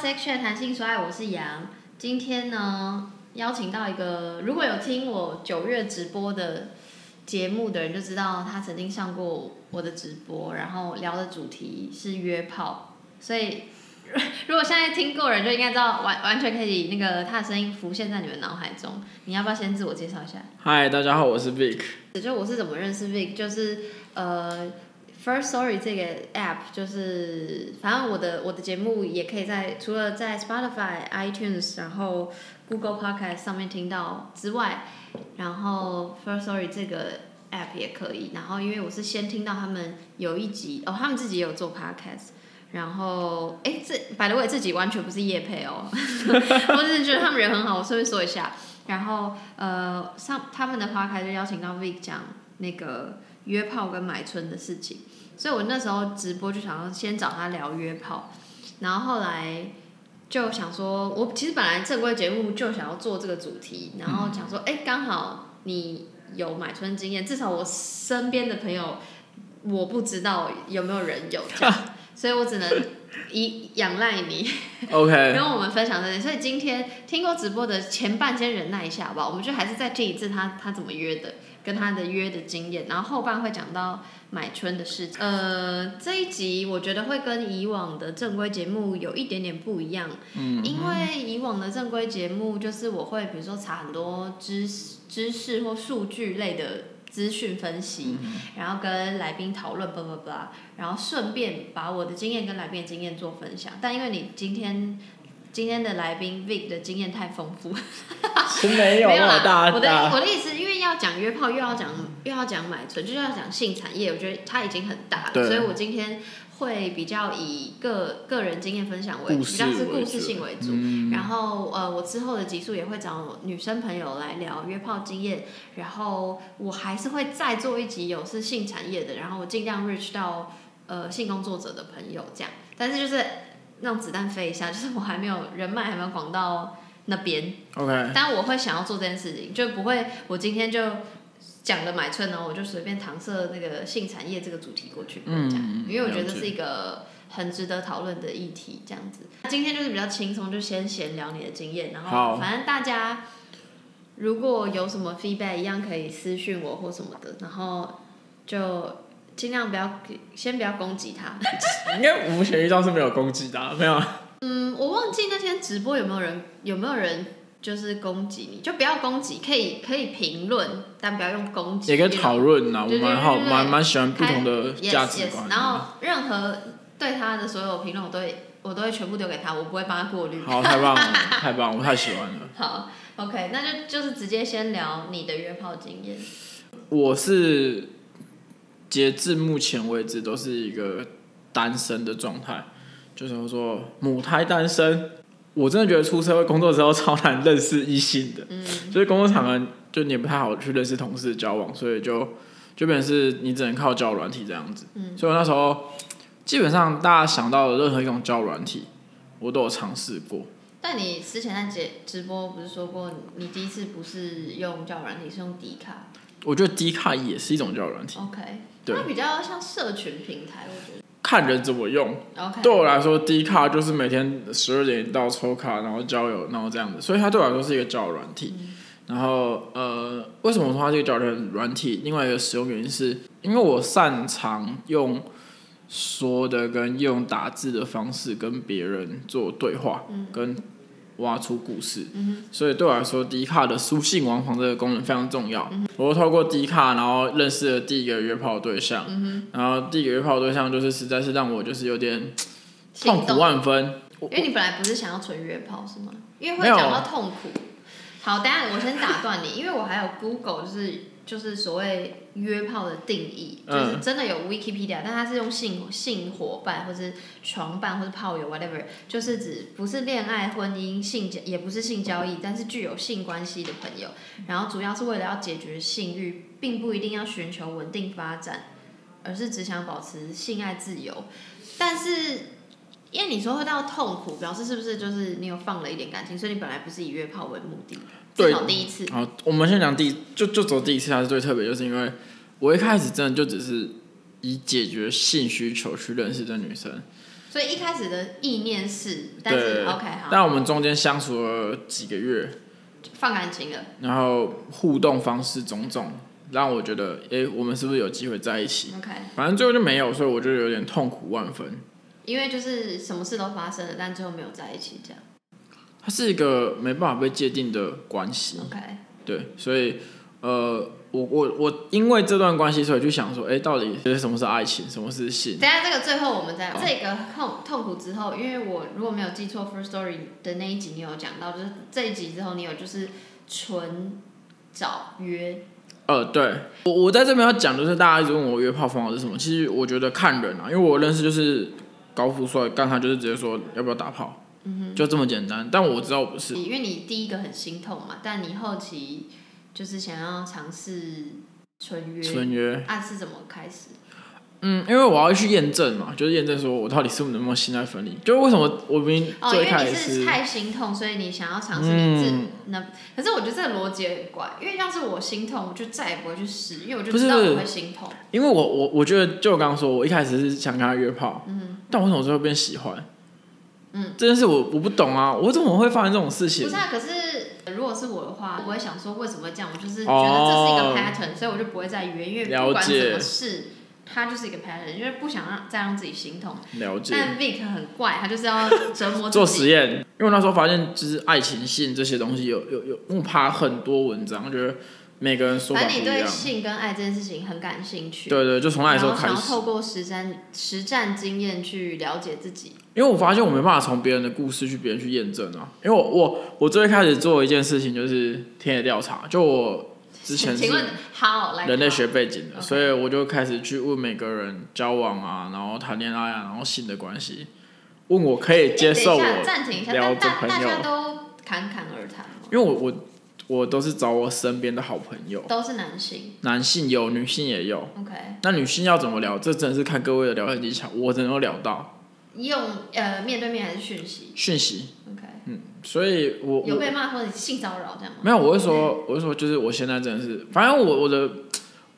Sex Chat 弹性说爱，我是杨。今天呢，邀请到一个，如果有听我九月直播的节目的人就知道，他曾经上过我的直播，然后聊的主题是约炮，所以 如果现在听过的人就应该知道，完完全可以那个他的声音浮现在你们脑海中。你要不要先自我介绍一下？嗨，大家好，我是 Vic。就我是怎么认识 Vic，就是呃，First Story 这个 app，就是反正我的我的节目也可以在除了在 Spotify、iTunes，然后 Google Podcast 上面听到之外，然后 First Story 这个 app 也可以。然后因为我是先听到他们有一集哦，他们自己也有做 podcast。然后，哎，这百乐伟自己完全不是叶配哦， 我只是觉得他们人很好，我顺便说一下。然后呃，上他们的 podcast 就邀请到 Vic 讲那个约炮跟买春的事情，所以我那时候直播就想要先找他聊约炮，然后后来就想说，我其实本来正规节目就想要做这个主题，然后想说，哎、刚好你有买春经验，至少我身边的朋友我不知道有没有人有这样，所以我只能依仰赖你。 OK，跟我们分享这些。所以今天听过直播的前半先忍耐一下，好不好？我们就还是再听一次他他怎么约的，跟他的约的经验，然后后半会讲到买春的事情。呃，这一集我觉得会跟以往的正规节目有一点点不一样，嗯，因为以往的正规节目就是我会比如说查很多知识知识或数据类的资讯分析，然后跟来宾讨论，叭叭叭，然后顺便把我的经验跟来宾的经验做分享。但因为你今天今天的来宾 Vic 的经验太丰富，是没有那啦么大我的大。我的意思，因为要讲约炮，又要讲又要讲买春，就是要讲性产业，我觉得它已经很大了，对所以我今天会比较以个个人经验分享为主，故比事较是为故事主性为主。嗯，然后呃，我之后的集数也会找女生朋友来聊约炮经验，然后我还是会再做一集有是性产业的，然后我尽量 reach 到呃性工作者的朋友这样，但是就是让子弹飞一下，就是我还没有人脉还没有广到那边， OK，但我会想要做这件事情，就不会我今天就讲了买春呢，我就随便搪塞那个性产业这个主题过去，嗯这样，因为我觉得了这解是一个很值得讨论的议题，这样子。今天就是比较轻松，就先闲聊你的经验，然后好反正大家如果有什么 feedback，一样可以私讯我或什么的，然后就尽量不要先不要攻击他。应该目前遇到是没有攻击的啊，没有 啊。嗯，我忘记那天直播有没有人有没有人就是攻击你，就不要攻击，可以可以评论，但不要用攻击。也可以讨论啊呐，我对对蛮好，对对蛮蛮喜欢不同的 yes, 价值 yes, 观。然后任何对他的所有评论，我都会我都会全部丢给他，我不会帮他过滤。好，太 棒了，太棒了，我太喜欢了。好，OK，那就就是直接先聊你的约炮经验。我是截至目前为止都是一个单身的状态，就是说母胎单身。我真的觉得出社会工作之后超难认识异性的，嗯所以工作场合就你也不太好去认识同事交往，所以就就变成是你只能靠交友软体这样子。嗯所以我那时候基本上大家想到的任何一种交友软体，我都有尝试过。但你之前在直直播不是说过你，你第一次不是用叫软体，是用迪卡我觉得低卡也是一种交友软体， ？OK，对它比较像社群平台，我觉看人怎么用。得。OK，对我来说，低卡就是每天十二点到抽卡，然后交友，然后这样子，所以它对我来说是一个交友软体。然后呃，为什么说它是一个交友软体？另外一个使用原因是因为我擅长用说的跟用打字的方式跟别人做对话，跟挖出故事。所以对我来说，迪卡的书信往返这个功能非常重要。我透过迪卡，然后认识了第一个约炮对象，然后第一个约炮对象就是实在是让我就是有点行痛动苦万分。我因为你本来不是想要纯约炮是吗？因为会没有啊讲到痛苦。好，等一下我先打断你，因为我还有 Google 就是就是所谓约炮的定义，就嗯是真的有 Wikipedia，、但它是用性性伙伴或是床伴或是炮友 whatever，就是指不是恋爱、婚姻、性交也不是性交易，但是具有性关系的朋友，然后主要是为了要解决性欲，并不一定要寻求稳定发展，而是只想保持性爱自由，但是。因为你说会到痛苦，表示是不是就是你有放了一点感情，所以你本来不是以约炮为目的，至对少第一次。好，我们先讲第一就就走第一次还是最特别，就是因为我一开始真的就只是以解决性需求去认识这女生，所以一开始的意念是，但是对 OK 好，但我们中间相处了几个月，放感情了然后互动方式种种，让我觉得，诶，我们是不是有机会在一起？ OK，反正最后就没有，所以我就有点痛苦万分。因为就是什么事都发生了，但最后没有在一起这样它是一个没办法被界定的关系， OK，对，所以呃，我我我因为这段关系，所以就想说，诶，到底什么是爱情，什么是性？等一下这个最后我们再好这个痛痛苦之后，因为我如果没有记错，First Story 的那一集你有讲到，就是这一集之后你有就是纯找约，呃，对我我在这边要讲，就是大家一直问我约炮方法是什么，其实我觉得看人啊，因为我认识就是高富帅，刚他就是直接说要不要打炮，嗯就这么简单。但我知道我不是，你因为你第一个很心痛嘛，但你后期就是想要尝试纯约，纯约，啊是怎么开始？嗯，因为我要去验证嘛，就是验证说我到底是不是能不能性爱分离，就是为什么我明明哦，因最为开你始是是太心痛，所以你想要尝试你自、嗯，那，可是我觉得这个逻辑很怪，因为要是我心痛，我就再也不会去试，因为我就不是知道我会心痛。因为我我我觉得就我刚刚说，我一开始是想跟他约炮，嗯，但我为什么最后变喜欢？嗯，这件事我我不懂啊，我怎么会发生这种事情不是？啊，可是如果是我的话，我不会想说为什么会这样，我就是觉得这是一哦个 pattern，、所以我就不会再约，因为了不管什解么事，它就是一个 pattern，因为不想让再让自己心痛。了解。但 Vic 很怪，他就是要折磨做自己。实验，因为我那时候发现，就是爱情性这些东西有有有，我爬很多文章，觉得每个人说法反不正一你对样。性跟爱这件事情很感兴趣，对对，就从那然时候后开想要始，透过实战实战经验去了解自己。因为我发现我没办法从别人的故事去别人去验证啊。因为我我我最开始做一件事情就是田野调查，就我之前是 请问好来人类好学背景的， OK 所以我就开始去问每个人交往啊，然后谈恋爱啊，然后性的关系，问我可以接受欸等一下我，暂停一下，聊但着大大朋友家都侃侃而谈哦吗？因为我我我都是找我身边的好朋友，都是男性男性有，女性也有。 ，OK，那女性要怎么聊？这真的是看各位的聊天技巧，我只能够聊到用呃面对面还是讯息讯息， ，OK，所以我有我被骂或者性骚扰这样吗？没有，我会说，我会说，就是我现在真的是，反正我我的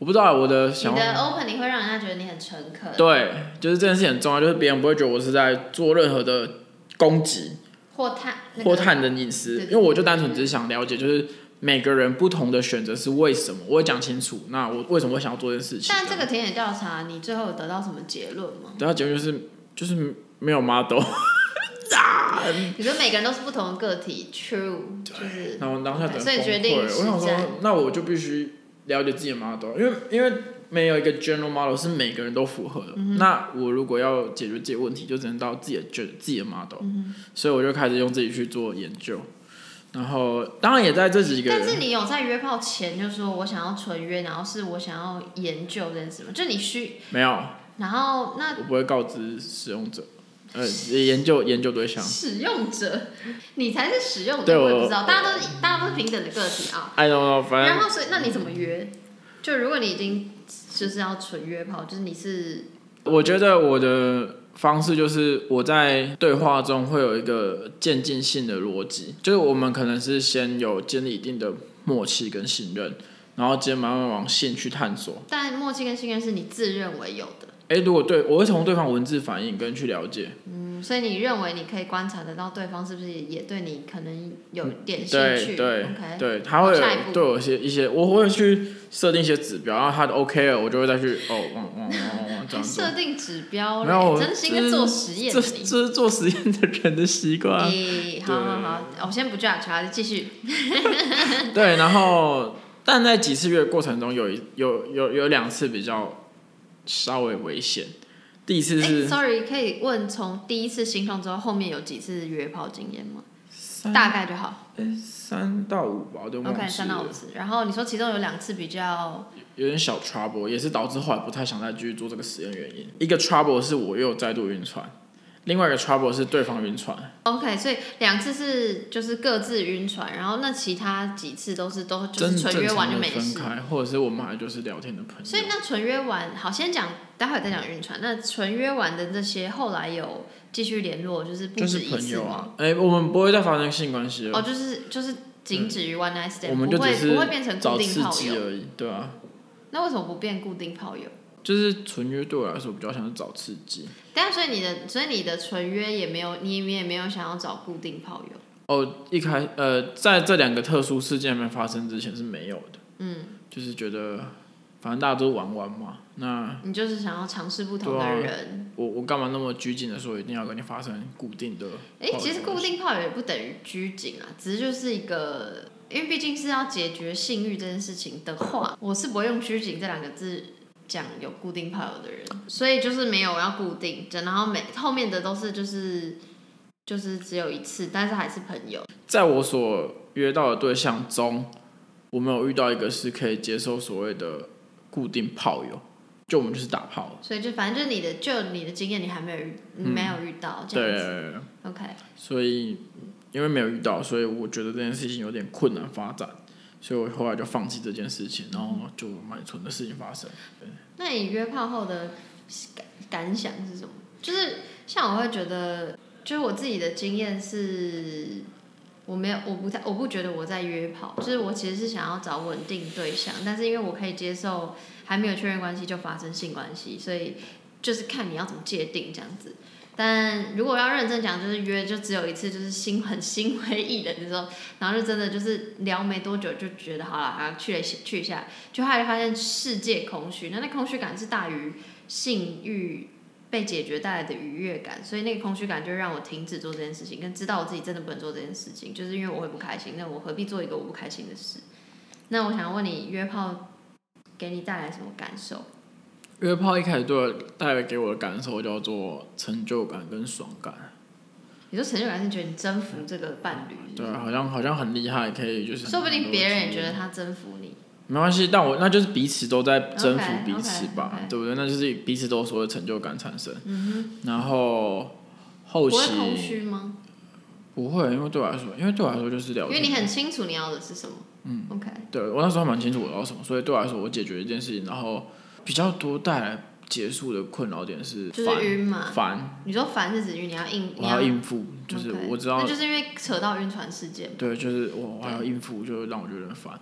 我不知道我的想你的哦法， open 你会让人家觉得你很诚恳，对，就是这件事情很重要，就是别人不会觉得我是在做任何的攻击或探那或个探人隐私，对因对为我就单纯只是想了解，就是每个人不同的选择是为什么，我会讲清楚，那我为什么会想要做这件事情。但这个田野调查，你最后有得到什么结论吗？等下结论就是就是没有 model，嗯你说每个人都是不同的个体，true，就是然后当下整个所以崩决定溃我想实战说，那我就必须了解自己的 model，因为因为没有一个 general model 是每个人都符合的。嗯那我如果要解决自己的问题，就只能到自己的 gen- 自己的 model，、所嗯以我就开始用自己去做研究。然后当然也在这几个但人，是你有在约炮前就说我想要纯约，然后是我想要研究这件事吗？就你需，没有，然后那我不会告知使用者，呃，研究研究对象。使用者，你才是使用对者，我我也不知道，大家都是大家都是平等的个体啊。 I don't know，反然正后所以那你怎么约？就如果你已经就是要纯约炮，就是你是我觉得我的方式就是我在对话中会有一个渐进性的逻辑，就是我们可能是先有建立一定的默契跟信任，然后接着慢慢往性去探索。但默契跟信任是你自认为有的，诶，如果对我会从对方文字反应跟去了解，嗯，所以你认为你可以观察得到对方是不是也对你可能有点兴嗯对趣对，OK，对，他会有下一步对我一些一些，我会去设定一些指标，然后他的 OK 了，我就会再去哦，往往往往往这还样做哎设。定指标没有嘞，我真是一个做实验这的这你。是做实验的人的习惯啊。咦，好好好，我先不 judge，好，继续。对，然后但在几次约的过程中有，一有有有两次比较稍微危险。第一次哎是，sorry，可以问从第一次心痛之后，后面有几次约炮经验吗？嗯三大概就好。诶三到五吧，我就忘 OK，记三到了五，次。然后你说其中有两次比较，有点小 trouble，也是导致后来不太想再继续做这个实验的原因。一个 trouble 是我又再度晕船，另外一个 trouble 是对方晕船。 OK，所以两次是就是各自晕船，然后那其他几次都是都就真是纯正约完常就的没分事。开，或者是我们还就是聊天的朋友。所以那纯约完，好，先讲，待会儿再讲晕船。那纯约完的那些后来有继续联络，就是不就是止一朋次友吗？啊，哎、我们不会再发生性关系了，哦，就是就是仅止于 one night stand，、嗯我们就不会只是不会变成找固定刺炮激友。而已，对啊。那为什么不变固定炮友？就是纯约对我来说比较像是找刺激。但所以你的，所以你的纯约也没有，你你也没有想要找固定炮友。哦，一开呃，在这两个特殊事件还没发生之前是没有的，嗯，就是觉得反正大家都玩玩嘛，那你就是想要尝试不同的啊对啊人。我我干嘛那么拘谨的说一定要跟你发生固定的？哎、其实固定炮友也不等于拘谨啊，只是就是一个，因为毕竟是要解决性欲这件事情的话，我是不会用拘谨这两个字讲有固定炮友的人，所以就是没有要固定的，然后每后面的都是就是就是只有一次，但是还是朋友。在我所约到的对象中，我没有遇到一个是可以接受所谓的固定炮友，就我们就是打炮。所以就反正就是你的，就你的经验，你还没有遇，你没有遇到这样子。嗯对， OK，所以因为没有遇到，所以我觉得这件事情有点困难发展，所以我后来就放弃这件事情，然后就蛮蠢的事情发生。那你约炮后的感感想是什么？就是像我会觉得，就是我自己的经验是，我没有，我不太，我不觉得我在约炮，就是我其实是想要找稳定对象，但是因为我可以接受还没有确认关系就发生性关系，所以就是看你要怎么界定这样子。但如果要认真讲，就是约就只有一次，就是心很心灰意冷的时候，然后就真的就是聊没多久就觉得好了，然后去了去一下，就后来发现世界空虚，那那空虚感是大于性欲被解决带来的愉悦感，所以那个空虚感就让我停止做这件事情，跟知道我自己真的不能做这件事情，就是因为我会不开心，那我何必做一个我不开心的事？那我想问你，约炮给你带来什么感受？约炮一开始对我带来给我的感受叫做成就感跟爽感，你说成就感是觉得你征服这个伴侣，对，啊好像好像很厉害，可以就是嗯说不定别人也觉得得他征服你，没关系，但我那就是彼此都在征服 OK，OK，彼此吧 OK 对不对？那就是彼此都有所谓的成就感产生，嗯然后后不会空期虚吗？不会，因为对我来说，因为对我来说就是聊因天，为你很清楚你要的是什么。嗯，OK，对我那时候还蛮清楚我要什么，所以对我来说，我解决一件事情，然后比较多带来结束的困扰点是就是烦晕嘛。烦，你说烦是指晕，你要硬，我你还要要应付，就是我知道 o k 那就是因为扯到晕船事件，对，就是我我还要应付，就让我觉得很烦。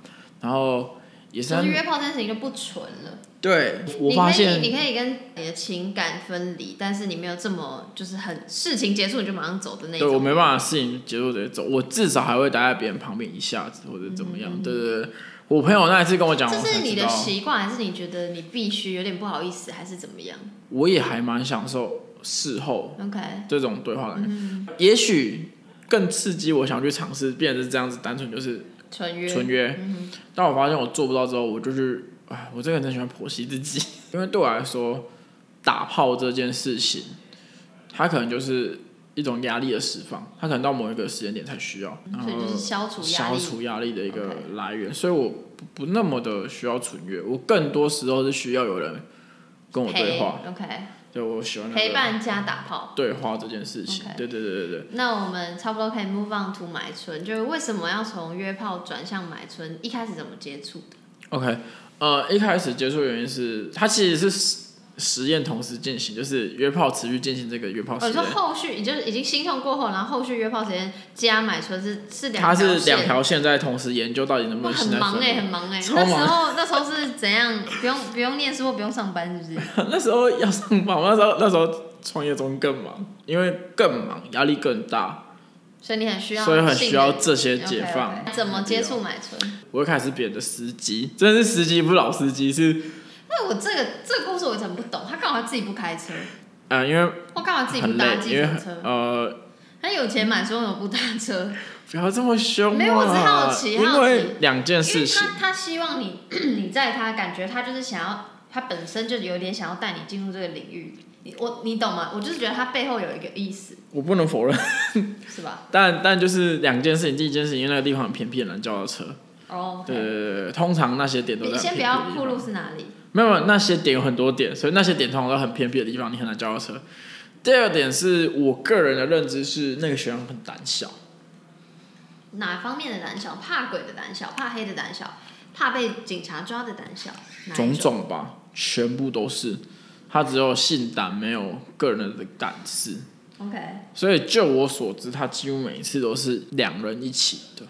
然后也是就是约炮这件事情就不纯了。对，我你发可以，现你可以跟你的情感分离，但是你没有这么就是很事情结束你就马上走的那对我种。没办法，事情结束直接走，我至少还会待在别人旁边一下子，或者怎么样。对对对，我朋友那一次跟我讲，嗯这我是才你知的道，习惯，还是你觉得你必须有点不好意思，还是怎么样我也还蛮享受事后？OK，这种对话的感觉。嗯也许更刺激，我想去尝试，变成是这样子，单纯就是纯约。纯约。嗯哼但我发现我做不到之后，我就是，哎，我这个人很喜欢剖析自己， 因为对我来说，打炮这件事情，它可能就是一种压力的释放，它可能到某一个时间点才需要，然后嗯所以就是消除压呃消力。除压力的一个来源，所以我不不那么的需要纯约，我更多时候是需要有人跟我对陪话， ，OK，就我喜欢那陪个伴加打炮。对话这件事情 OK，对对对对对。那我们差不多可以 move on to 买春，就是为什么要从约炮转向买春？一开始怎么接触的？ OK，呃，一开始接触的原因是，它其实是实实验同时进行，就是约炮持续进行这个约炮哦，实你说验，后续，也就是已经心痛过后，然后后续约炮时间加买春是是它两条是线，两条线在同时研究到底能不哇，能很现在忙分哎、离。很忙哎、超那忙时候 那时候是怎样？不用不用念书或不用上班是不是？ 那时候要上班，我那时候那时候创业中更忙，因为更忙，压力更大，所以你很需要性 所以的，很需要这些解 o k 放。怎么接触？买春？我一开始是别人的司机，真的是司机，不是老司机，是那我这个这个故事我真不懂，他干嘛自己不开车？呃，因为我干嘛自己不很搭累，计因为程很车？呃，他有钱买春为什么不搭车？不要这么凶、啊。没有我只好奇好因奇为两件因事为情。他他希望你 你在他感觉他就是想要他本身就有点想要带你进入这个领域，你我你懂吗？我就是觉得他背后有一个意思，我不能否认，是吧？但但就是两件事情，第一件事情，因为那个地方很偏僻，很难叫到车。哦、对对对对对，通常那些点都在你很先偏不僻的要地暴方露是哪里，没有没有，那些点有很多点，所以那些点通常都很偏僻的地方，你很难叫到车。第二点是我个人的认知是，那个学生很胆小，哪方面的胆小？怕鬼的胆小，怕黑的胆小，怕被警察抓的胆小，哪一种种种吧，全部都是。他只有性胆，没有个人的胆识。 OK，所以就我所知，他几乎每一次都是两人一起的，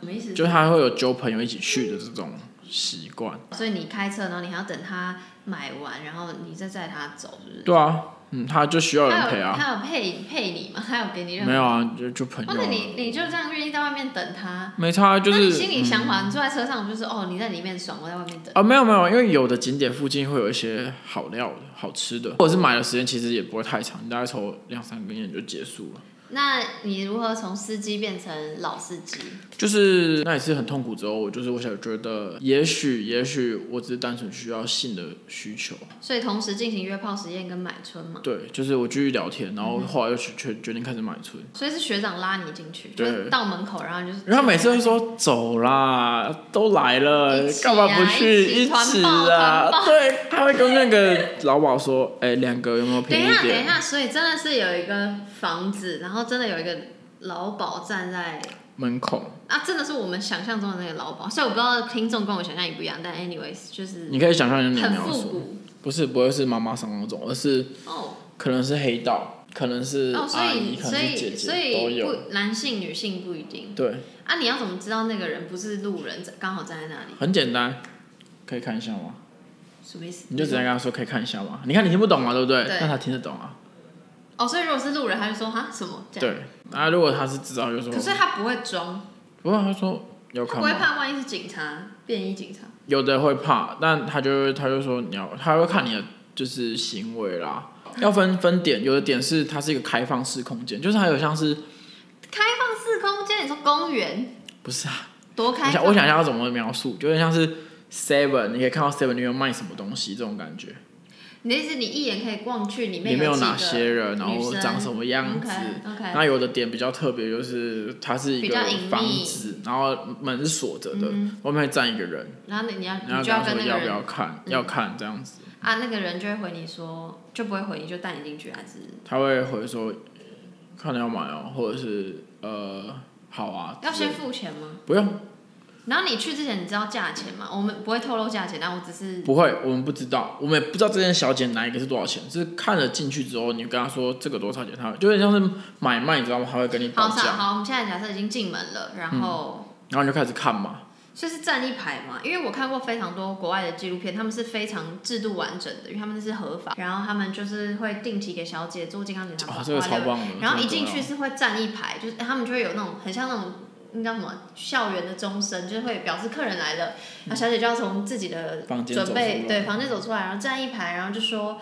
什么意思？就他会有揪朋友一起去的这种习惯。所以你开车，然后你还要等他买完，然后你再载他走，是不是？对啊，嗯，他就需要人他陪有啊，他有配配你吗？他有给你任何？没有啊，就就朋友哦，那啊，你你就这样愿意在外面等他？没差，啊就那你是嗯心里想法，你坐在车上就是哦，你在里面爽，我在外面等。啊，没有没有，因为有的景点附近会有一些好料的、好吃的，或者是买的时间其实也不会太长，你大概抽两三根烟就结束了。那你如何从司机变成老司机？就是那也是很痛苦之后，我就是我想觉得，也许也许我只是单纯需要性的需求，所以同时进行约炮实验跟买春嘛，对，就是我继续聊天，然后后来又决决决定开始买春，所以是学长拉你进去，就对是到门口，然后就是。然后他每次会说走啦，都来了一，起啊干嘛不去一起团起报团啊？对，他会跟那个老鸨说，哎、两个有没有等便宜一下，等点一？下，所以真的是有一个房子，然后真的有一个老鸨站在门口，啊，真的是我们想象中的那个老鸨。虽然我不知道听众跟我想象也不一样，但 anyways 就是你可以想象你的很描复述。古不是不会是妈妈桑那种，而是哦可能是黑道，可能是哦，所阿姨，以可所能是姐以姐所都以有。不男性女性不一定对，啊，你要怎么知道那个人不是路人，刚好站在那里？很简单，可以看一下吗？什么意思？你就直接跟他说可以看一下吗？你看你听不懂嘛，对不对？对那他听得懂啊。哦，所以如果是路人，他就说哈什么这样。对，啊，如果他是知道，就说可是他不会装，不过他说要他看不会吗？怕万一是警察、便衣警察。有的会怕，但他就他就说你要，他会看你的就是行为啦。要分分点，有的点是它是一个开放式空间，就是还有像是开放式空间，你说公园不是啊？多我开想放？我想一下要怎么描述，就有点像是 Seven，你可以看到 Seven 里面卖什么东西这种感觉。你的意思，你一眼可以逛去里里面有有几哪个些人，然女后生长什么样子。 ？OK OK，那有的点比较特别，就是它是一比个较隐秘房子，然后门是锁着的，外面会站一个人，然后你你要然后你跟就要他跟说那要个不人要看，要看这样子，啊，那个人就会回你说，就不会回你，就带你进去还是？他会回说看了要买哦，或者是呃好啊，要之类先的付钱吗？不用然后你去之前，你知道价钱吗？我们不会透露价钱，但我只是不会，我们不知道，我们也不知道这件小姐哪一个是多少钱，是看了进去之后，你跟他说这个多少钱，他就有点像是买卖，你知道吗？他会跟你好报算价，好，我们现在假设已经进门了，然后然后你就开始看嘛，就是站一排嘛，因为我看过非常多国外的纪录片，他们是非常制度完整的，因为他们是合法，然后他们就是会定期给小姐做健康检查，哦保，这个护超啊棒的，然后一这个进重去要是会站一排，就是他们就会有那种很像那种那叫什么校园的钟声，就是会表示客人来了，然后小姐就要从自己的房间准走备出来对房间走出来，然后站一排，然后就说。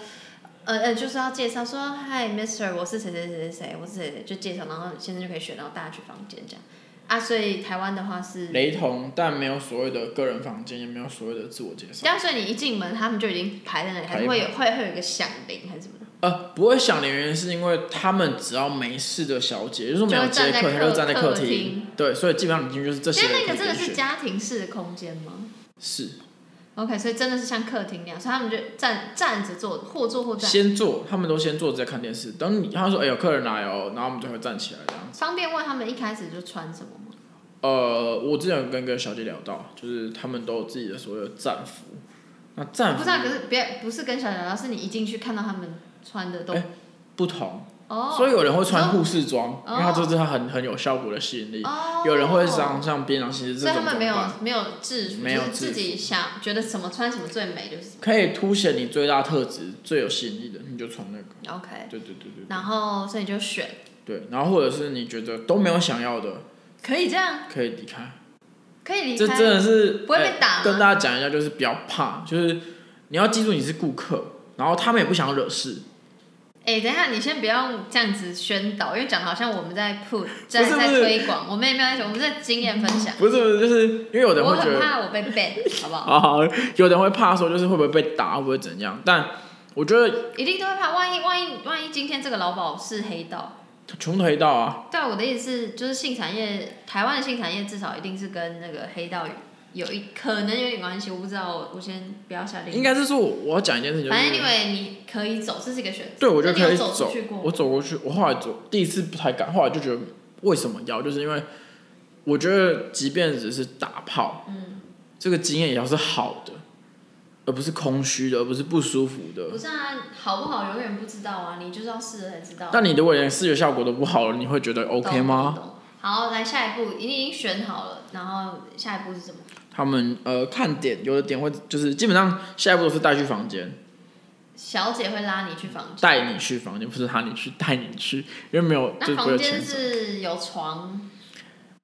呃呃，就是要介绍说嗨，Mister，我是谁谁谁谁谁，我是谁谁，就介绍，然后先生就可以选到大家去房间这样啊。所以台湾的话是雷同，但没有所谓的个人房间，也没有所谓的自我介绍。但所以你一进门，他们就已经排在那里，还是会有会会有一个响铃还是什么的？呃，不会想的原因是因为他们只要没事的小姐，也就是说没有接就客，会他站在就站在客客厅厅。对，所以基本上已经就是这些因人为那可以个真的点是选。家庭式的空间吗是， ？OK，所以真的是像客厅那样，所以他们就站站着坐，或坐或站，先坐，他们都先坐着在看电视。等你他说哎有客人来哦，然后我们就会站起来这样。方便问他们一开始就穿什么吗？呃，我之前有跟一个小姐聊到，就是他们都有自己的所有战服。那我战不服知道，可是别不是跟小聊聊，是你一进去看到他们穿的都哎不同，哦所以有人会穿护士装，哦因为它这是它很很有效果的吸引力。哦，有人会上像槟榔西施这所以他种装们没有扮，没有制服，没有就是制服自己想觉得什么穿什么最美，就是可以凸显你最大特质、最有吸引力的，你就穿那个。 OK。对对对对然后所以你就选，对，然后或者是你觉得都没有想要的，可以这样，可以离开。可以离这开，真的是不会被哎打吗跟大家讲一下，就是不要怕，就是你要记住你是顾客，然后他们也不想惹事。哎、等一下，你先不要这样子宣导，因为讲得好像我们在 put 在不是在不是推广，我们也没有在，我们在经验分享。不是不是，就是因为有的人我会觉很得怕我被 ban，好不好？啊，好有的人会怕说就是会不会被打，会不会怎样？但我觉得一定都会怕，万一万一万一今天这个老鸨是黑道，穷推到啊，对啊我的意思是，就是性产业，台湾的性产业至少一定是跟那个黑道有一可能有点关系，我不知道，我我先不要下定应论。该是说我我要讲一件事情，就反正是因为你可以走，这是一个选择。对，我就那你有可以走出走去过吗我走过去，我后来走第一次不太敢，后来就觉得为什么要，就是因为我觉得即便只是打炮，嗯，这个经验也要是好的，而不是空虚的，而不是不舒服不的。是啊，好不好永远不知道啊，你就是要试了才知道啊。但你如果连视觉效果都不好了，你会觉得 OK 吗？懂？懂懂好，来下一步，你已经选好了，然后下一步是什么？他们呃看点，有的点会就是基本上下一步都是带去房间，小姐会拉你去房间，带你去房间，不是喊你去，带你去，因为没有就那是不会房有间钱收。是有床，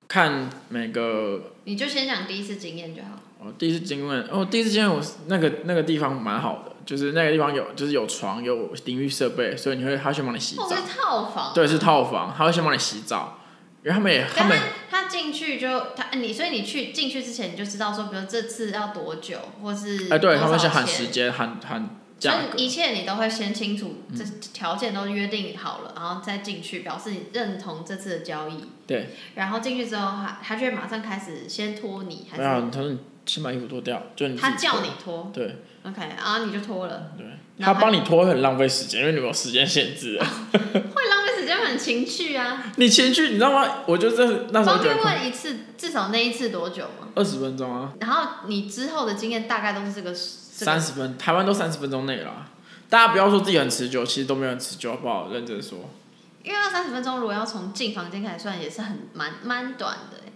看每个你就先讲第一次经验就好。哦，第一次经验哦，第一次经验我是那个那个地方蛮好的，就是那个地方有就是有床有淋浴设备，所以你会他会先帮你洗哦，澡，是套房。对，是套房，他会先帮你洗澡，因为他们也他但们他他进去就他你，所以你去进去之前你就知道说，比如这次要多久，或是哎、对多他少们先喊钱时间喊喊所价格嗯以一切你都会先清楚，这条件都约定好了，然后再进去，表示你认同这次的交易。对。然后进去之后，他他就会马上开始先脱你，还没有，是他说你先把衣服脱掉，就你自己他叫脱你脱对？OK，然后你就脱了，对，然他后啊帮你脱很浪费时间，因为你没有时间限制。会浪费时间，很情绪啊。你前去你知道吗？我就真的那时候方觉得便问一次，至少那一次多久吗？二十分钟啊，然后你之后的经验大概都是这个这三个十分，台湾都三十分钟内啦。大家不要说自己很持久，其实都没有很持久，好不好？认真说，因为那三十分钟如果要从进房间开始算，也是很蛮蛮短的欸，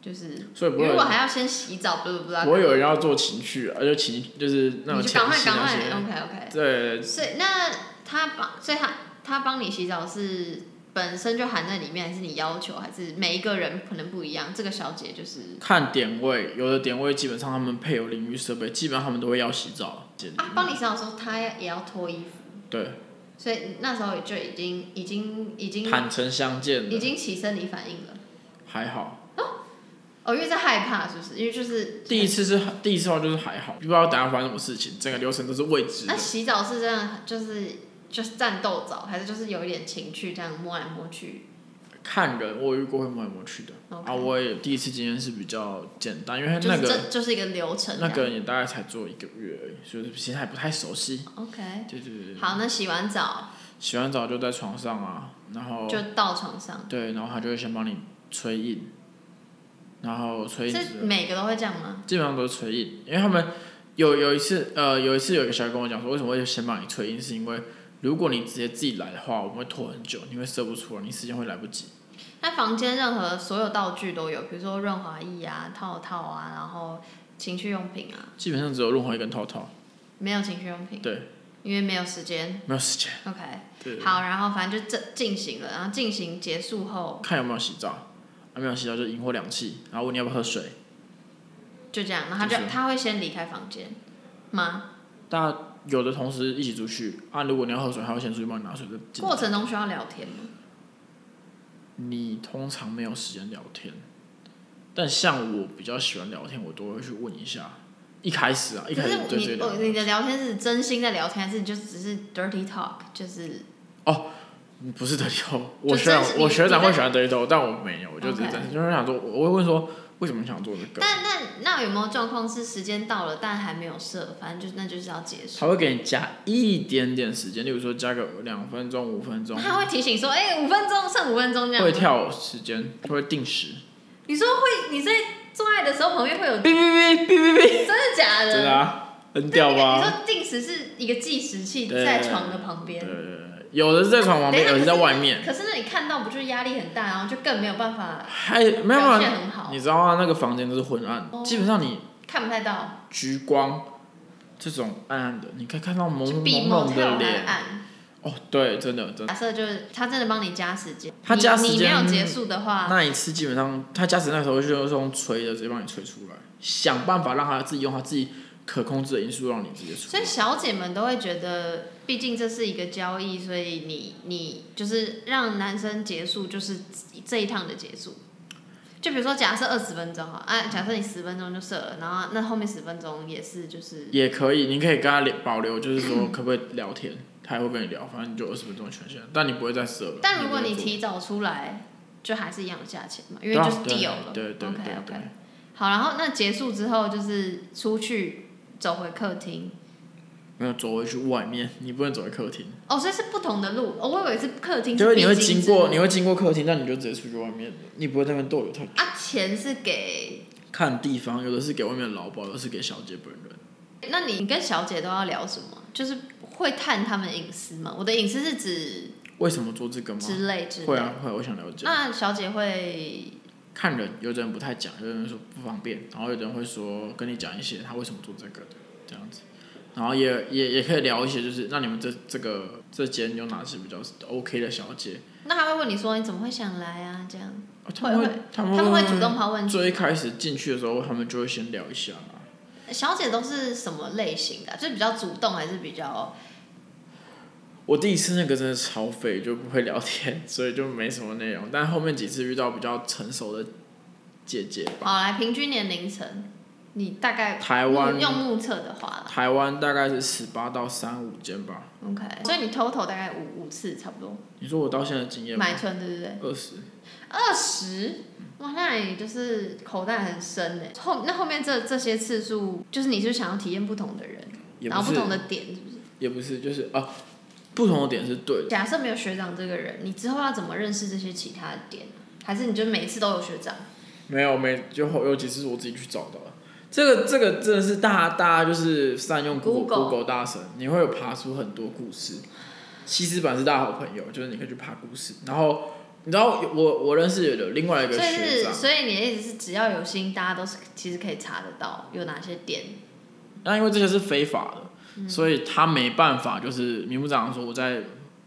就是所以不会如果还要先洗澡，不不不，不会有人要做情绪啊，就情就是那啊你种就前赶快戏赶那快嗯些。 ，OK OK。对，所以那他帮，所以他他帮你洗澡是本身就含在里面，还是你要求，还是每一个人可能不一样？这个小姐就是看点位，有的点位基本上他们配有淋浴设备，基本上他们都会要洗澡。啊，帮你洗澡的时候，她也要脱衣服，对，所以那时候就已经已经已经坦诚相见已的经起生理反应了。还好。哦，因为在害怕，是不是？因为就是第一次是第一次的话就是还好，不知道等下发生什么事情，整个流程都是未知的那。洗澡是这样，就是就是战斗澡，还是就是有一点情趣这样摸来摸去？看人，我有遇过会摸来摸去的 OK 啊，我也第一次经验是比较简单，因为就那是个这就是一个流程这那样。个人也大概才做一个月而已，所以其实还不太熟悉。 OK，对对对，对好，那洗完澡洗完澡就在床上啊，然后就到床上，对，然后他就会先帮你吹印，然后吹印之后是每个都会这样吗？基本上都是吹印，因为他们有有一次，呃，有一次有一个小孩跟我讲说，为什么会先帮你吹印，是因为如果你直接自己来的话，我们会拖很久，你会射不出来，你时间会来不及。那房间任何所有道具都有，比如说润滑液啊、套套啊，然后情趣用品啊，基本上只有润滑液跟套套，没有情趣用品，对，因为没有时间。没有时间。 OK，对，好，然后反正就这进行了，然后进行结束后看有没有洗澡，啊，没有洗澡就引火两气，然后问你要不要喝水。就这样，然后他就就是他会先离开房间吗？大家有的同时一起出去，啊，如果你要喝水，他会先出去帮你拿水再进来过程中需要聊天吗？你通常没有时间聊天，但像我比较喜欢聊天，我都会去问一下。一开始啊，一可开始是对这你个哦，你的聊天是真心在聊天，还是你就只是 dirty talk？就是嗯不是德里头，就我学长真是你我学长你会在喜欢德里头，但我没有，我就只是 OK 真心就是想说，我我会问说为什么想做这个，但那那有没有状况是时间到了，但还没有射，反正就是那就是要结束。他会给你加一点点时间，例如说加个两分钟、五分钟，他会提醒说：“哎、五分钟，剩五分钟这样。”会。跳时间，会定时，你说会？你在做爱的时候旁 边会有哔哔哔哔哔哔，真的假的？真的啊，很对那屌个你吧？说定时是一个计时器对在床的旁对边对，对，有的是在床旁边，有等的一是下在外面，可是那你看到不就是压力很大，然后就更没有办法还没表有啊现很好，你知道啊，那个房间都是昏暗，哦基本上你看不太到，橘光这种暗暗的，你可以看到朦就比朦某胧跳的还脸。暗。哦，对，真的真的。假设就是他真的帮你加时间，他加时间嗯你你没有结束的话，那一次基本上，他加时那时候就是用吹的，直接帮你吹出来，想办法让他自己用他自己可控制的因素让你直接出所来以。小姐们都会觉得，毕竟这是一个交易，所以你你就是让男生结束，就是这一趟的结束。就比如说，假设二十分钟哈，啊，假设你十分钟就射了，然后那后面十分钟也是就是也可以，你可以跟他聊保留，就是说可不可以聊天，他也会跟你聊，反正你就二十分钟的权限，但你不会再射了。但如果你不会做提早出来，就还是一样的价钱嘛，因为对啊就是对 deal 了。对对 OK 对 OK 对。好，然后那结束之后就是出去走回客厅，没有走回去外面，你不能走回客厅。哦，所以是不同的路，哦，我以为是客厅就是是你会必经之过，路你会经过客厅，但你就直接出去外面了，你不会在那边逗留太久。啊，钱是给，看地方，有的是给外面的老鸨，有的是给小姐本人。那你你跟小姐都要聊什么？就是会探他们隐私吗？我的隐私是指为什么做这个吗？啊之类之类。会啊会啊，我想了解。那小姐会看人，有的人不太讲，有的人说不方便，然后有的人会说跟你讲一些他为什么做这个的这样子，然后也也也可以聊一些，就是那你们这这个这间有哪些比较 OK 的小姐？那他会问你说你怎么会想来啊？这样哦他们会会会他他们们会主动抛问最一题。开始进去的时候，他们就会先聊一下啊。小姐都是什么类型的啊、就是比较主动还是比较？我第一次那个真的超废，就不会聊天， 所以就没什么内容。但后面几次遇到比较成熟的姐姐吧，好来，平均年龄层，你大概台湾用目测的话啦台湾大概是十八到三五间吧。 ，OK，所以你 total 大概五五次差不多，你说我到现在的经验吗？买春对不对？二十，二十，哇，那你就是口袋很深呢。后那后面这这些次数，就是你是想要体验不同的人，也然不后不是同的点，是不是？也不是，就是啊，不同的点是对的。假设没有学长这个人，你之后要怎么认识这些其他的点？还是你就每次都有学长？没有没就后有几次是我自己去找的。这个这个真的是大家大家就是善用 Google Google Google 大神，你会有爬出很多故事。西施版是大家好朋友，就是你可以去爬故事。然后你知道有我我认识有另外一个所以学是，长，所以你的意思是，只要有心，大家都是其实可以查得到有哪些点。那因为这些是非法的，嗯所以他没办法，就是明目张胆说我在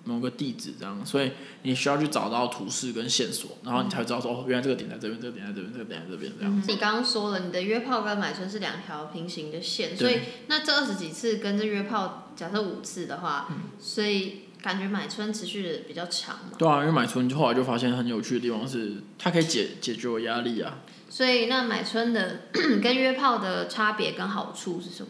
某个地址这样，所以你需要去找到图示跟线索，然后你才会知道说哦，原来这个点在这边，这个点在这边，这个点在这边这样。你刚刚说了，你的约炮跟买春是两条平行的线，所以那这二十几次跟这约炮，假设五次的话，嗯所以感觉买春持续的比较长嘛。对啊，因为买春后来就发现很有趣的地方是，它可以解解决我压力啊。所以那买春的 跟约炮的差别跟好处是什么？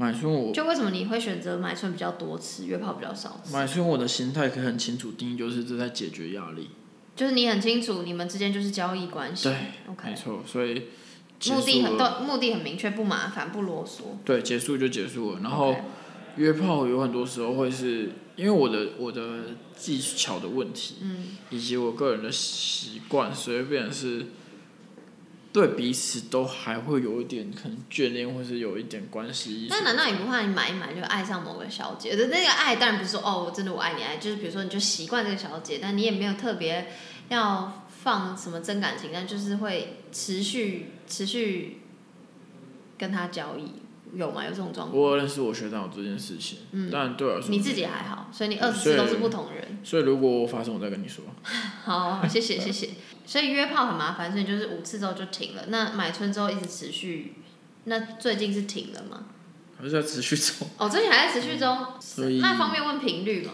买春我就为什么你会选择买春比较多次，约炮比较少次？买春我的心态可以很清楚定义，就是这在解决压力。就是你很清楚你们之间就是交易关系对哎没，OK，错，所以结目的束很了，对，目的很明确，不麻烦，不啰嗦。对，结束就结束了。然后 OK 约炮有很多时候会是因为我的我的技巧的问题，嗯，以及我个人的习惯，所以变成是对彼此都还会有一点可能眷恋，或是有一点关系意识。那难道你不怕你买一买就爱上某个小姐？那个爱当然不是说哦，我真的我爱你爱，就是比如说你就习惯这个小姐，但你也没有特别要放什么真感情，但就是会持续持续跟她交易，有吗？有这种状况？我有认识我学长有这件事情，嗯但对我来说，你自己还好，所以你二十所以次都是不同人。 所以如果我发生，我再跟你说。 好，谢谢谢谢。所以约炮很麻烦，所以就是五次之后就停了。那买春之后一直持续，那最近是停了吗？还是要持续走。哦，最近还在持续中。所以那方便问频率吗？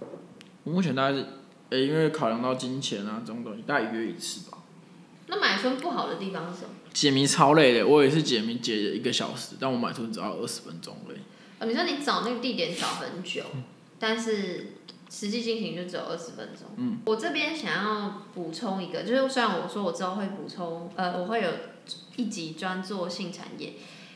我目前大概是，诶、因为考量到金钱啊这种东西，大概一个月一次吧。那买春不好的地方是什么？解谜超累的，我也是解谜解了一个小时，但我买出只要二十分钟而已。 呃，你说你找那个地点找很久，但是实际进行就只有二十分钟。嗯，我这边想要补充一个，就是虽然我说我之后会补充，呃，我会有一集专做性产业，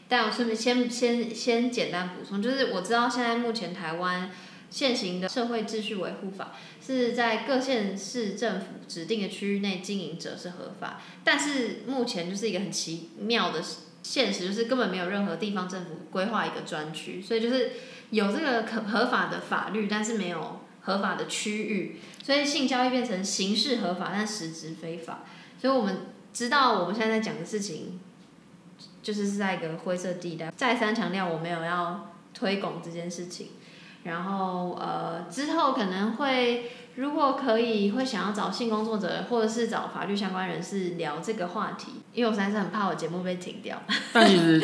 但我顺便先先先简单补充，就是我知道现在目前台湾。现行的社会秩序维护法是在各县市政府指定的区域内经营者是合法，但是目前就是一个很奇妙的现实就是根本没有任何地方政府规划一个专区，所以就是有这个可合法的法律，但是没有合法的区域，所以性交易变成形式合法，但实质非法。所以我们知道我们现在在讲的事情，就是是在一个灰色地带。再三强调，我没有要推广这件事情。然后呃，之后可能会如果可以，会想要找性工作者或者是找法律相关人士聊这个话题，因为我实在是很怕我节目被停掉。但其实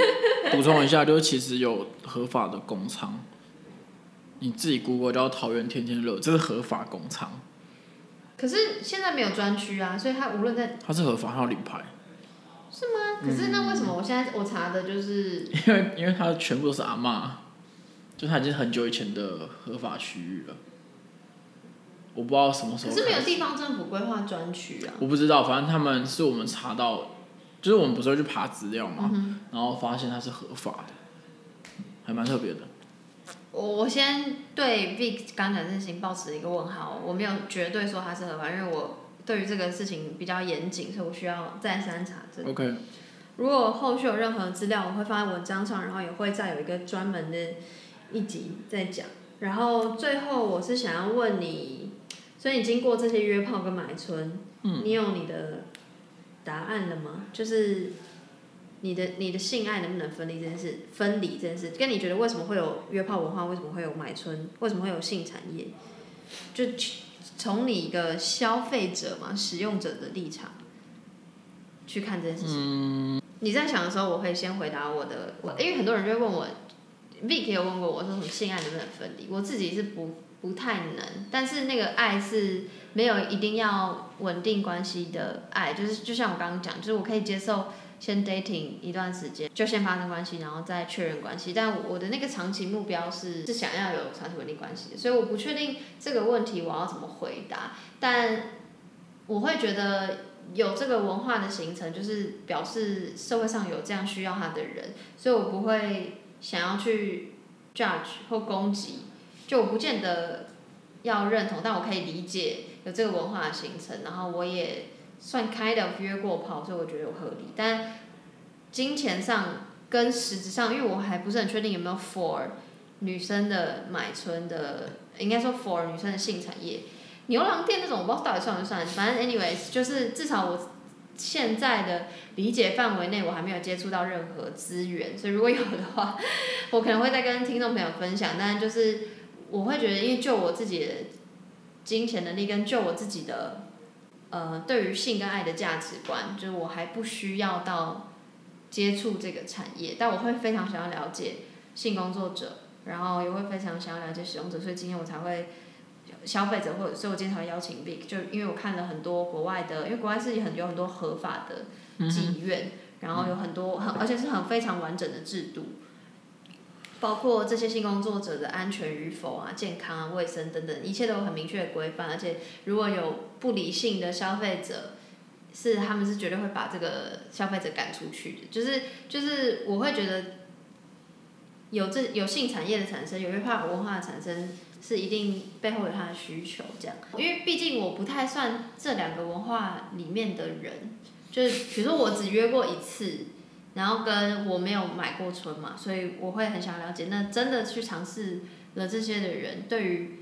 补充一下，就是其实有合法的工厂，你自己 Google 叫桃园天天乐，这是合法工厂，可是现在没有专区啊，所以他无论在，它是合法，它有领牌，可是那为什么我现在我查的就是，因为因为它全部都是阿嬷，就它已经很久以前的合法区域了。我不知道什么时可候是没有开始地方政府规划专区啊。我不知道，反正他们是我们查到，就是我们不是会去爬资料嘛，嗯然后发现它是合法的，还蛮特别的。我我先对 Vic 刚才的事情抱持一个问号，我没有绝对说他是合法，因为我对于这个事情比较严谨，所以我需要再三查证。 OK，如果后续有任何资料，我会放在文章上，然后也会再有一个专门的一集再讲。然后最后我是想要问你，所以你经过这些约炮跟买春，你有你的答案了吗？就是你的你的性爱能不能分离这件事，分离这件事，跟你觉得为什么会有约炮文化，为什么会有买春，为什么会有性产业，就去从你一个消费者嘛、使用者的立场去看这件事情。你在想的时候，我会先回答我的，我因为很多人就会问我，Vic 也有问过我说什么性爱能不能分离，我自己是不不太能，但是那个爱是没有一定要稳定关系的爱，就是就像我刚刚讲，就是我可以接受先 dating 一段时间，就先发生关系，然后再确认关系，但我的那个长期目标是是想要有长期稳定关系的，所以我不确定这个问题我要怎么回答，但我会觉得有这个文化的形成，就是表示社会上有这样需要他的人，所以我不会想要去 judge 或攻击，就我不见得要认同，但我可以理解有这个文化的形成，然后我也算 kind of 约过炮，所以我觉得有合理，但金钱上跟实质上，因为我还不是很确定有没有 for 女生的买春的，应该说 for 女生的性产业。牛郎店那种我不知道到底算不算，反正 anyways 就是至少我现在的理解范围内，我还没有接触到任何资源，所以如果有的话，我可能会再跟听众朋友分享。但就是我会觉得，因为就我自己的金钱能力跟就我自己的呃对于性跟爱的价值观，就是我还不需要到接触这个产业，但我会非常想要了解性工作者，然后也会非常想要了解使用者，所以今天我才会。消费者或者，所以我经常邀请 Big，就因为我看了很多国外的，因为国外是很有很多合法的妓院，然后有很多很而且是很非常完整的制度，包括这些性工作者的安全与否啊、健康啊、卫生等等，一切都有很明确的规范，而且如果有不理性的消费者。是，他们是绝对会把这个消费者赶出去的。就是就是，我会觉得有这有性产业的产生，有约炮文化的产生，是一定背后有它的需求这样。因为毕竟我不太算这两个文化里面的人，就是比如说我只约过一次，然后跟我没有买过春嘛，所以我会很想了解，那真的去尝试了这些的人，对于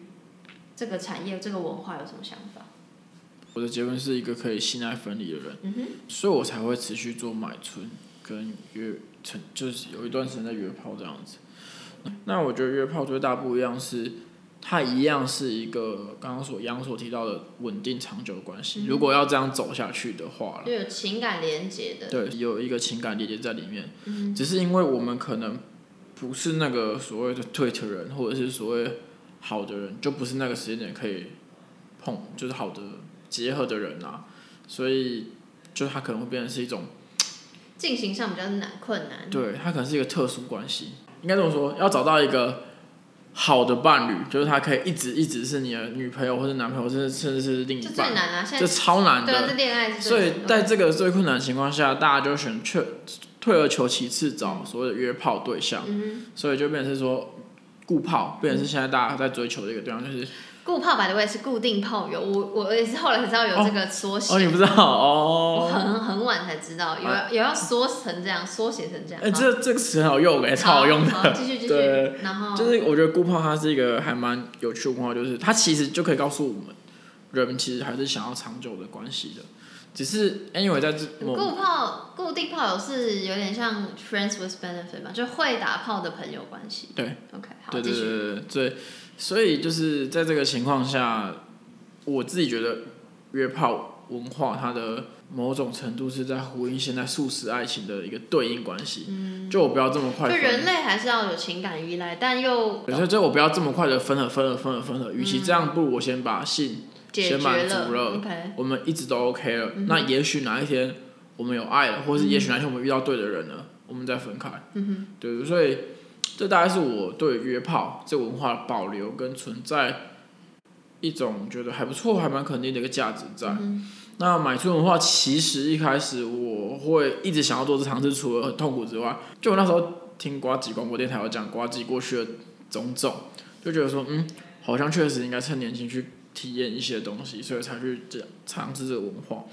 这个产业、这个文化有什么想法？我的结论是一个可以性爱分离的人，嗯哼，所以我才会持续做买春跟约成，就是有一段时间在约炮这样子。那我觉得约炮最大不一样是，它一样是一个刚刚所杨所提到的稳定长久的关系。如果要这样走下去的话啦，就有情感连接的，嗯对，有一个情感连接在里面。只是因为我们可能不是那个所谓的对的人，或者是所谓好的人，就不是那个时间点可以碰，就是好的结合的人啊，所以就他可能会变成是一种，进行上比较难困难。对他可能是一个特殊关系，应该这么说，要找到一个。好的伴侣就是他可以一直一直是你的女朋友或者男朋友，甚至甚至是另一这最半，难啊！现这在超难的。对啊，这恋爱是所最以难的在这个最困难的情况下，大家就选退退而求其次，找所谓的约炮对象，嗯所以就变成是说顾炮，变成是现在大家在追求的一个对象，就是哼，固炮百的位是固定炮友，我我也是后来才知道有这个缩写。哦，你不知道我哦，很很晚才知道，有有要缩成这样，缩写成这样。哎，好这这个词很好用哎，超好用啊好的，继续继续对，然后就是我觉得顾炮它是一个还蛮有趣的文化，就是它其实就可以告诉我们，人其实还是想要长久的关系的，只是 anyway 在这某固炮固定炮友是有点像 friends with benefit 嘛，就会打炮的朋友关系。对，OK，好，对继对续。对对对，所以就是在这个情况下，我自己觉得约炮文化它的某种程度是在呼应现在素食爱情的一个对应关系。嗯，就我不要这么快就人分，类还是要有情感依赖，但又对所以就我不要这么快的分了分了分了分了，与嗯其这样，不如我先把性解决先满足了 OK，我们一直都 OK 了。那也许哪一天我们有爱了，或是也许哪一天我们遇到对的人了，我们再分开。嗯哼，对，所以这大概是我对约炮这文化的保留跟存在一种觉得还不错、还蛮肯定的一个价值在。那买春文化其实一开始我会一直想要做这尝试，除了很痛苦之外，就我那时候听瓜吉广播电台有讲瓜吉过去的种种，就觉得说，嗯，好像确实应该趁年轻去体验一些东西，所以才去这样尝试这个文化。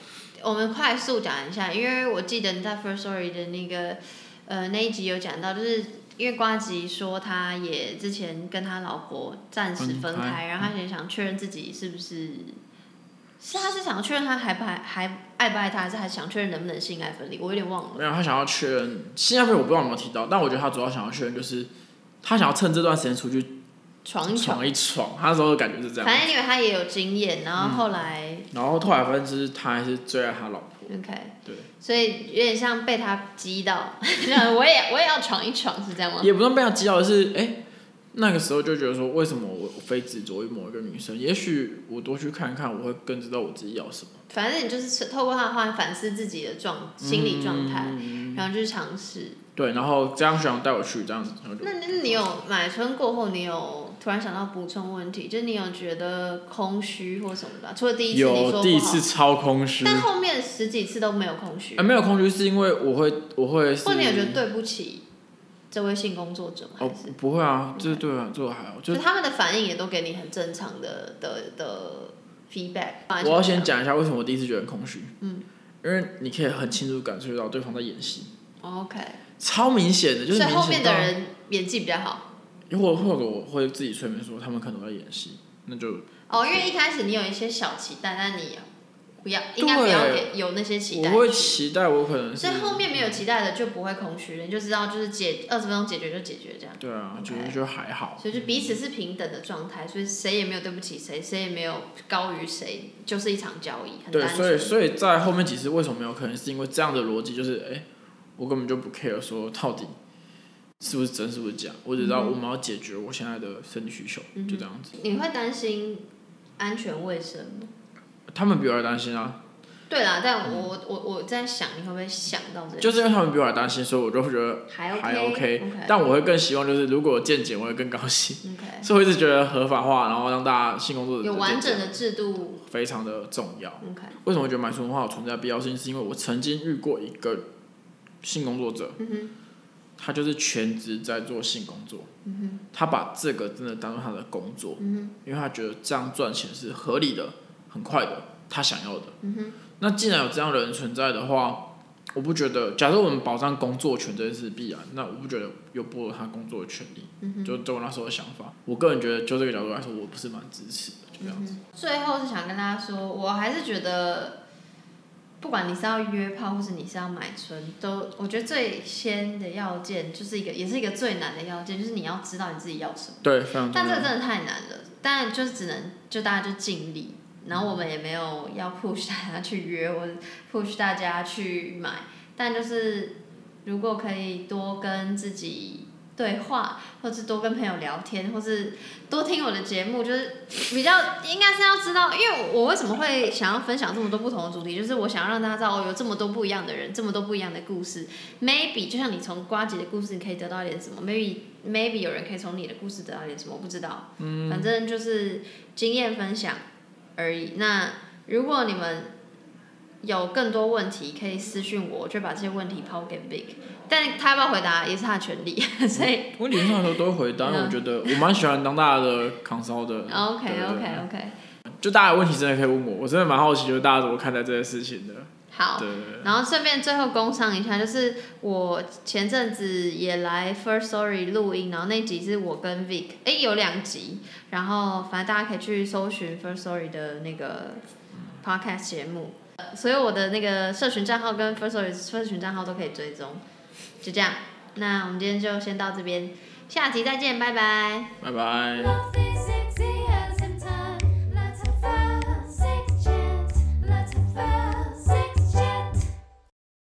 我们快速讲一下，因为我记得你在 First Story 的那个呃那一集有讲到，就是因为瓜吉说他也之前跟他老婆暂时分分嗯开，然后他也想确认自己是不是是他是想要确认他还不还还爱不爱他，还是还想确认能不能性爱分离？我有点忘了。没有，他想要确认新加坡，我不知道有没有提到，但我觉得他主要想要确认就是他想要趁这段时间出去闯一闯一闯，嗯他那时候的感觉是这反样。正因为他也有经验，然后后来、然后后来发现就是他还是最爱他老婆， OK，对，所以有点像被他激到， 我也我也要闯一闯，是这样吗？也不算被他激到，就是哎、那个时候就觉得说，为什么我非执着于某一个女生？也许我多去看看，我会更知道我自己要什么。反正你就是透过他的话反思自己的状心理状态，嗯然后去尝试。对，然后这样学长带我去，这样子，然后就那那你有买春过后，你有突然想到补充问题，就是你有觉得空虚或什么的啊？除了第一次你有说第不一好，次超空虚，但啊、后面十几次都没有空虚，没有空虚是因为我会我会是或你有觉得对不起这位性工作者吗？还哦是？不会啊，就是对啊，这我还好，就就他们的反应也都给你很正常的的的 feedback。我要先讲一下为什么我第一次觉得很空虚。嗯，因为你可以很清楚地感受到对方在演戏，哦 OK，超明显的，就是所明以显后面的到，人演技比较好或或者我会自己催眠说他们可能在演戏，那就哦，因为一开始你有一些小期待，但你不要对应该不要给有那些期我待，会期待我可能是所以后面没有期待的就不会空虚了，你就知道就是解二十分钟解决就解决这样，对啊， OK 觉得就还好，所以就彼此是平等的状态，所以谁也没有对不起谁，谁也没有高于谁，就是一场交易，很对，单纯。所以所以在后面几次为什么没有，可能是因为这样的逻辑，就是哎、我根本就不 care 说到底是不是真是不是假，我只知嗯道我们要解决我现在的生理需求，就这样子。你会担心安全卫生吗？他们比我还担心啊，对啦，但我、我我在想，你会不会想到这个？就是因为他们比我还担心，所以我就会觉得还 OK，还 OK， OK 但我会更希望就是如果有见解，我会更高兴。 OK，所以我一直觉得合法化，然后让大家性工作者有完整的的制度见解非常的重要。 OK，为什么我觉得买春文化有存在的必要性？是因为我曾经遇过一个性工作者，他就是全职在做性工作，他把这个真的当做他的工作，因为他觉得这样赚钱是合理的、很快的，他想要的。那既然有这样的人存在的话，我不觉得，假设我们保障工作权这件事必然，那我不觉得有剥夺他工作的权利。嗯就就我那时候的想法，我个人觉得，就这个角度来说，我不是蛮支持的，就这样子。最后是想跟大家说，我还是觉得，不管你是要约炮，或是你是要买春，都我觉得最先的要件就是一个，也是一个最难的要件，就是你要知道你自己要什么。对，非常重但这要个。真的太难了，但就只能就大家就尽力，然后我们也没有要 push 大家去约，或者 push 大家去买，但就是如果可以多跟自己对话，或是多跟朋友聊天，或是多听我的节目，就是比较应该是要知道，因为我为什么会想要分享这么多不同的主题，就是我想要让大家知道哦，有这么多不一样的人，这么多不一样的故事。Maybe 就像你从瓜姐的故事，你可以得到一点什么？Maybe maybe 有人可以从你的故事得到一点什么？我不知道，嗯，反正就是经验分享而已。那如果你们有更多问题，可以私信我，我就把这些问题抛给 Big，但他要不要回答也是他的权利，所以我理论上来说都会回答，因为我觉得我蛮喜欢当大家的 consult 的。哦 OK 对 OK OK，就大家有问题真的可以问我，我真的蛮好奇，就是大家怎么看待这些事情的。好。对对对，然后顺便最后工商一下，就是我前阵子也来 First Story 录音，然后那集是我跟 Vic，哎有两集，然后反正大家可以去搜寻 First Story 的那个 podcast 节目，呃所有我的那个社群账号跟 First Story 社群账号都可以追踪，就这样，那我们今天就先到这边，下集再见，拜拜。拜拜。 Nothing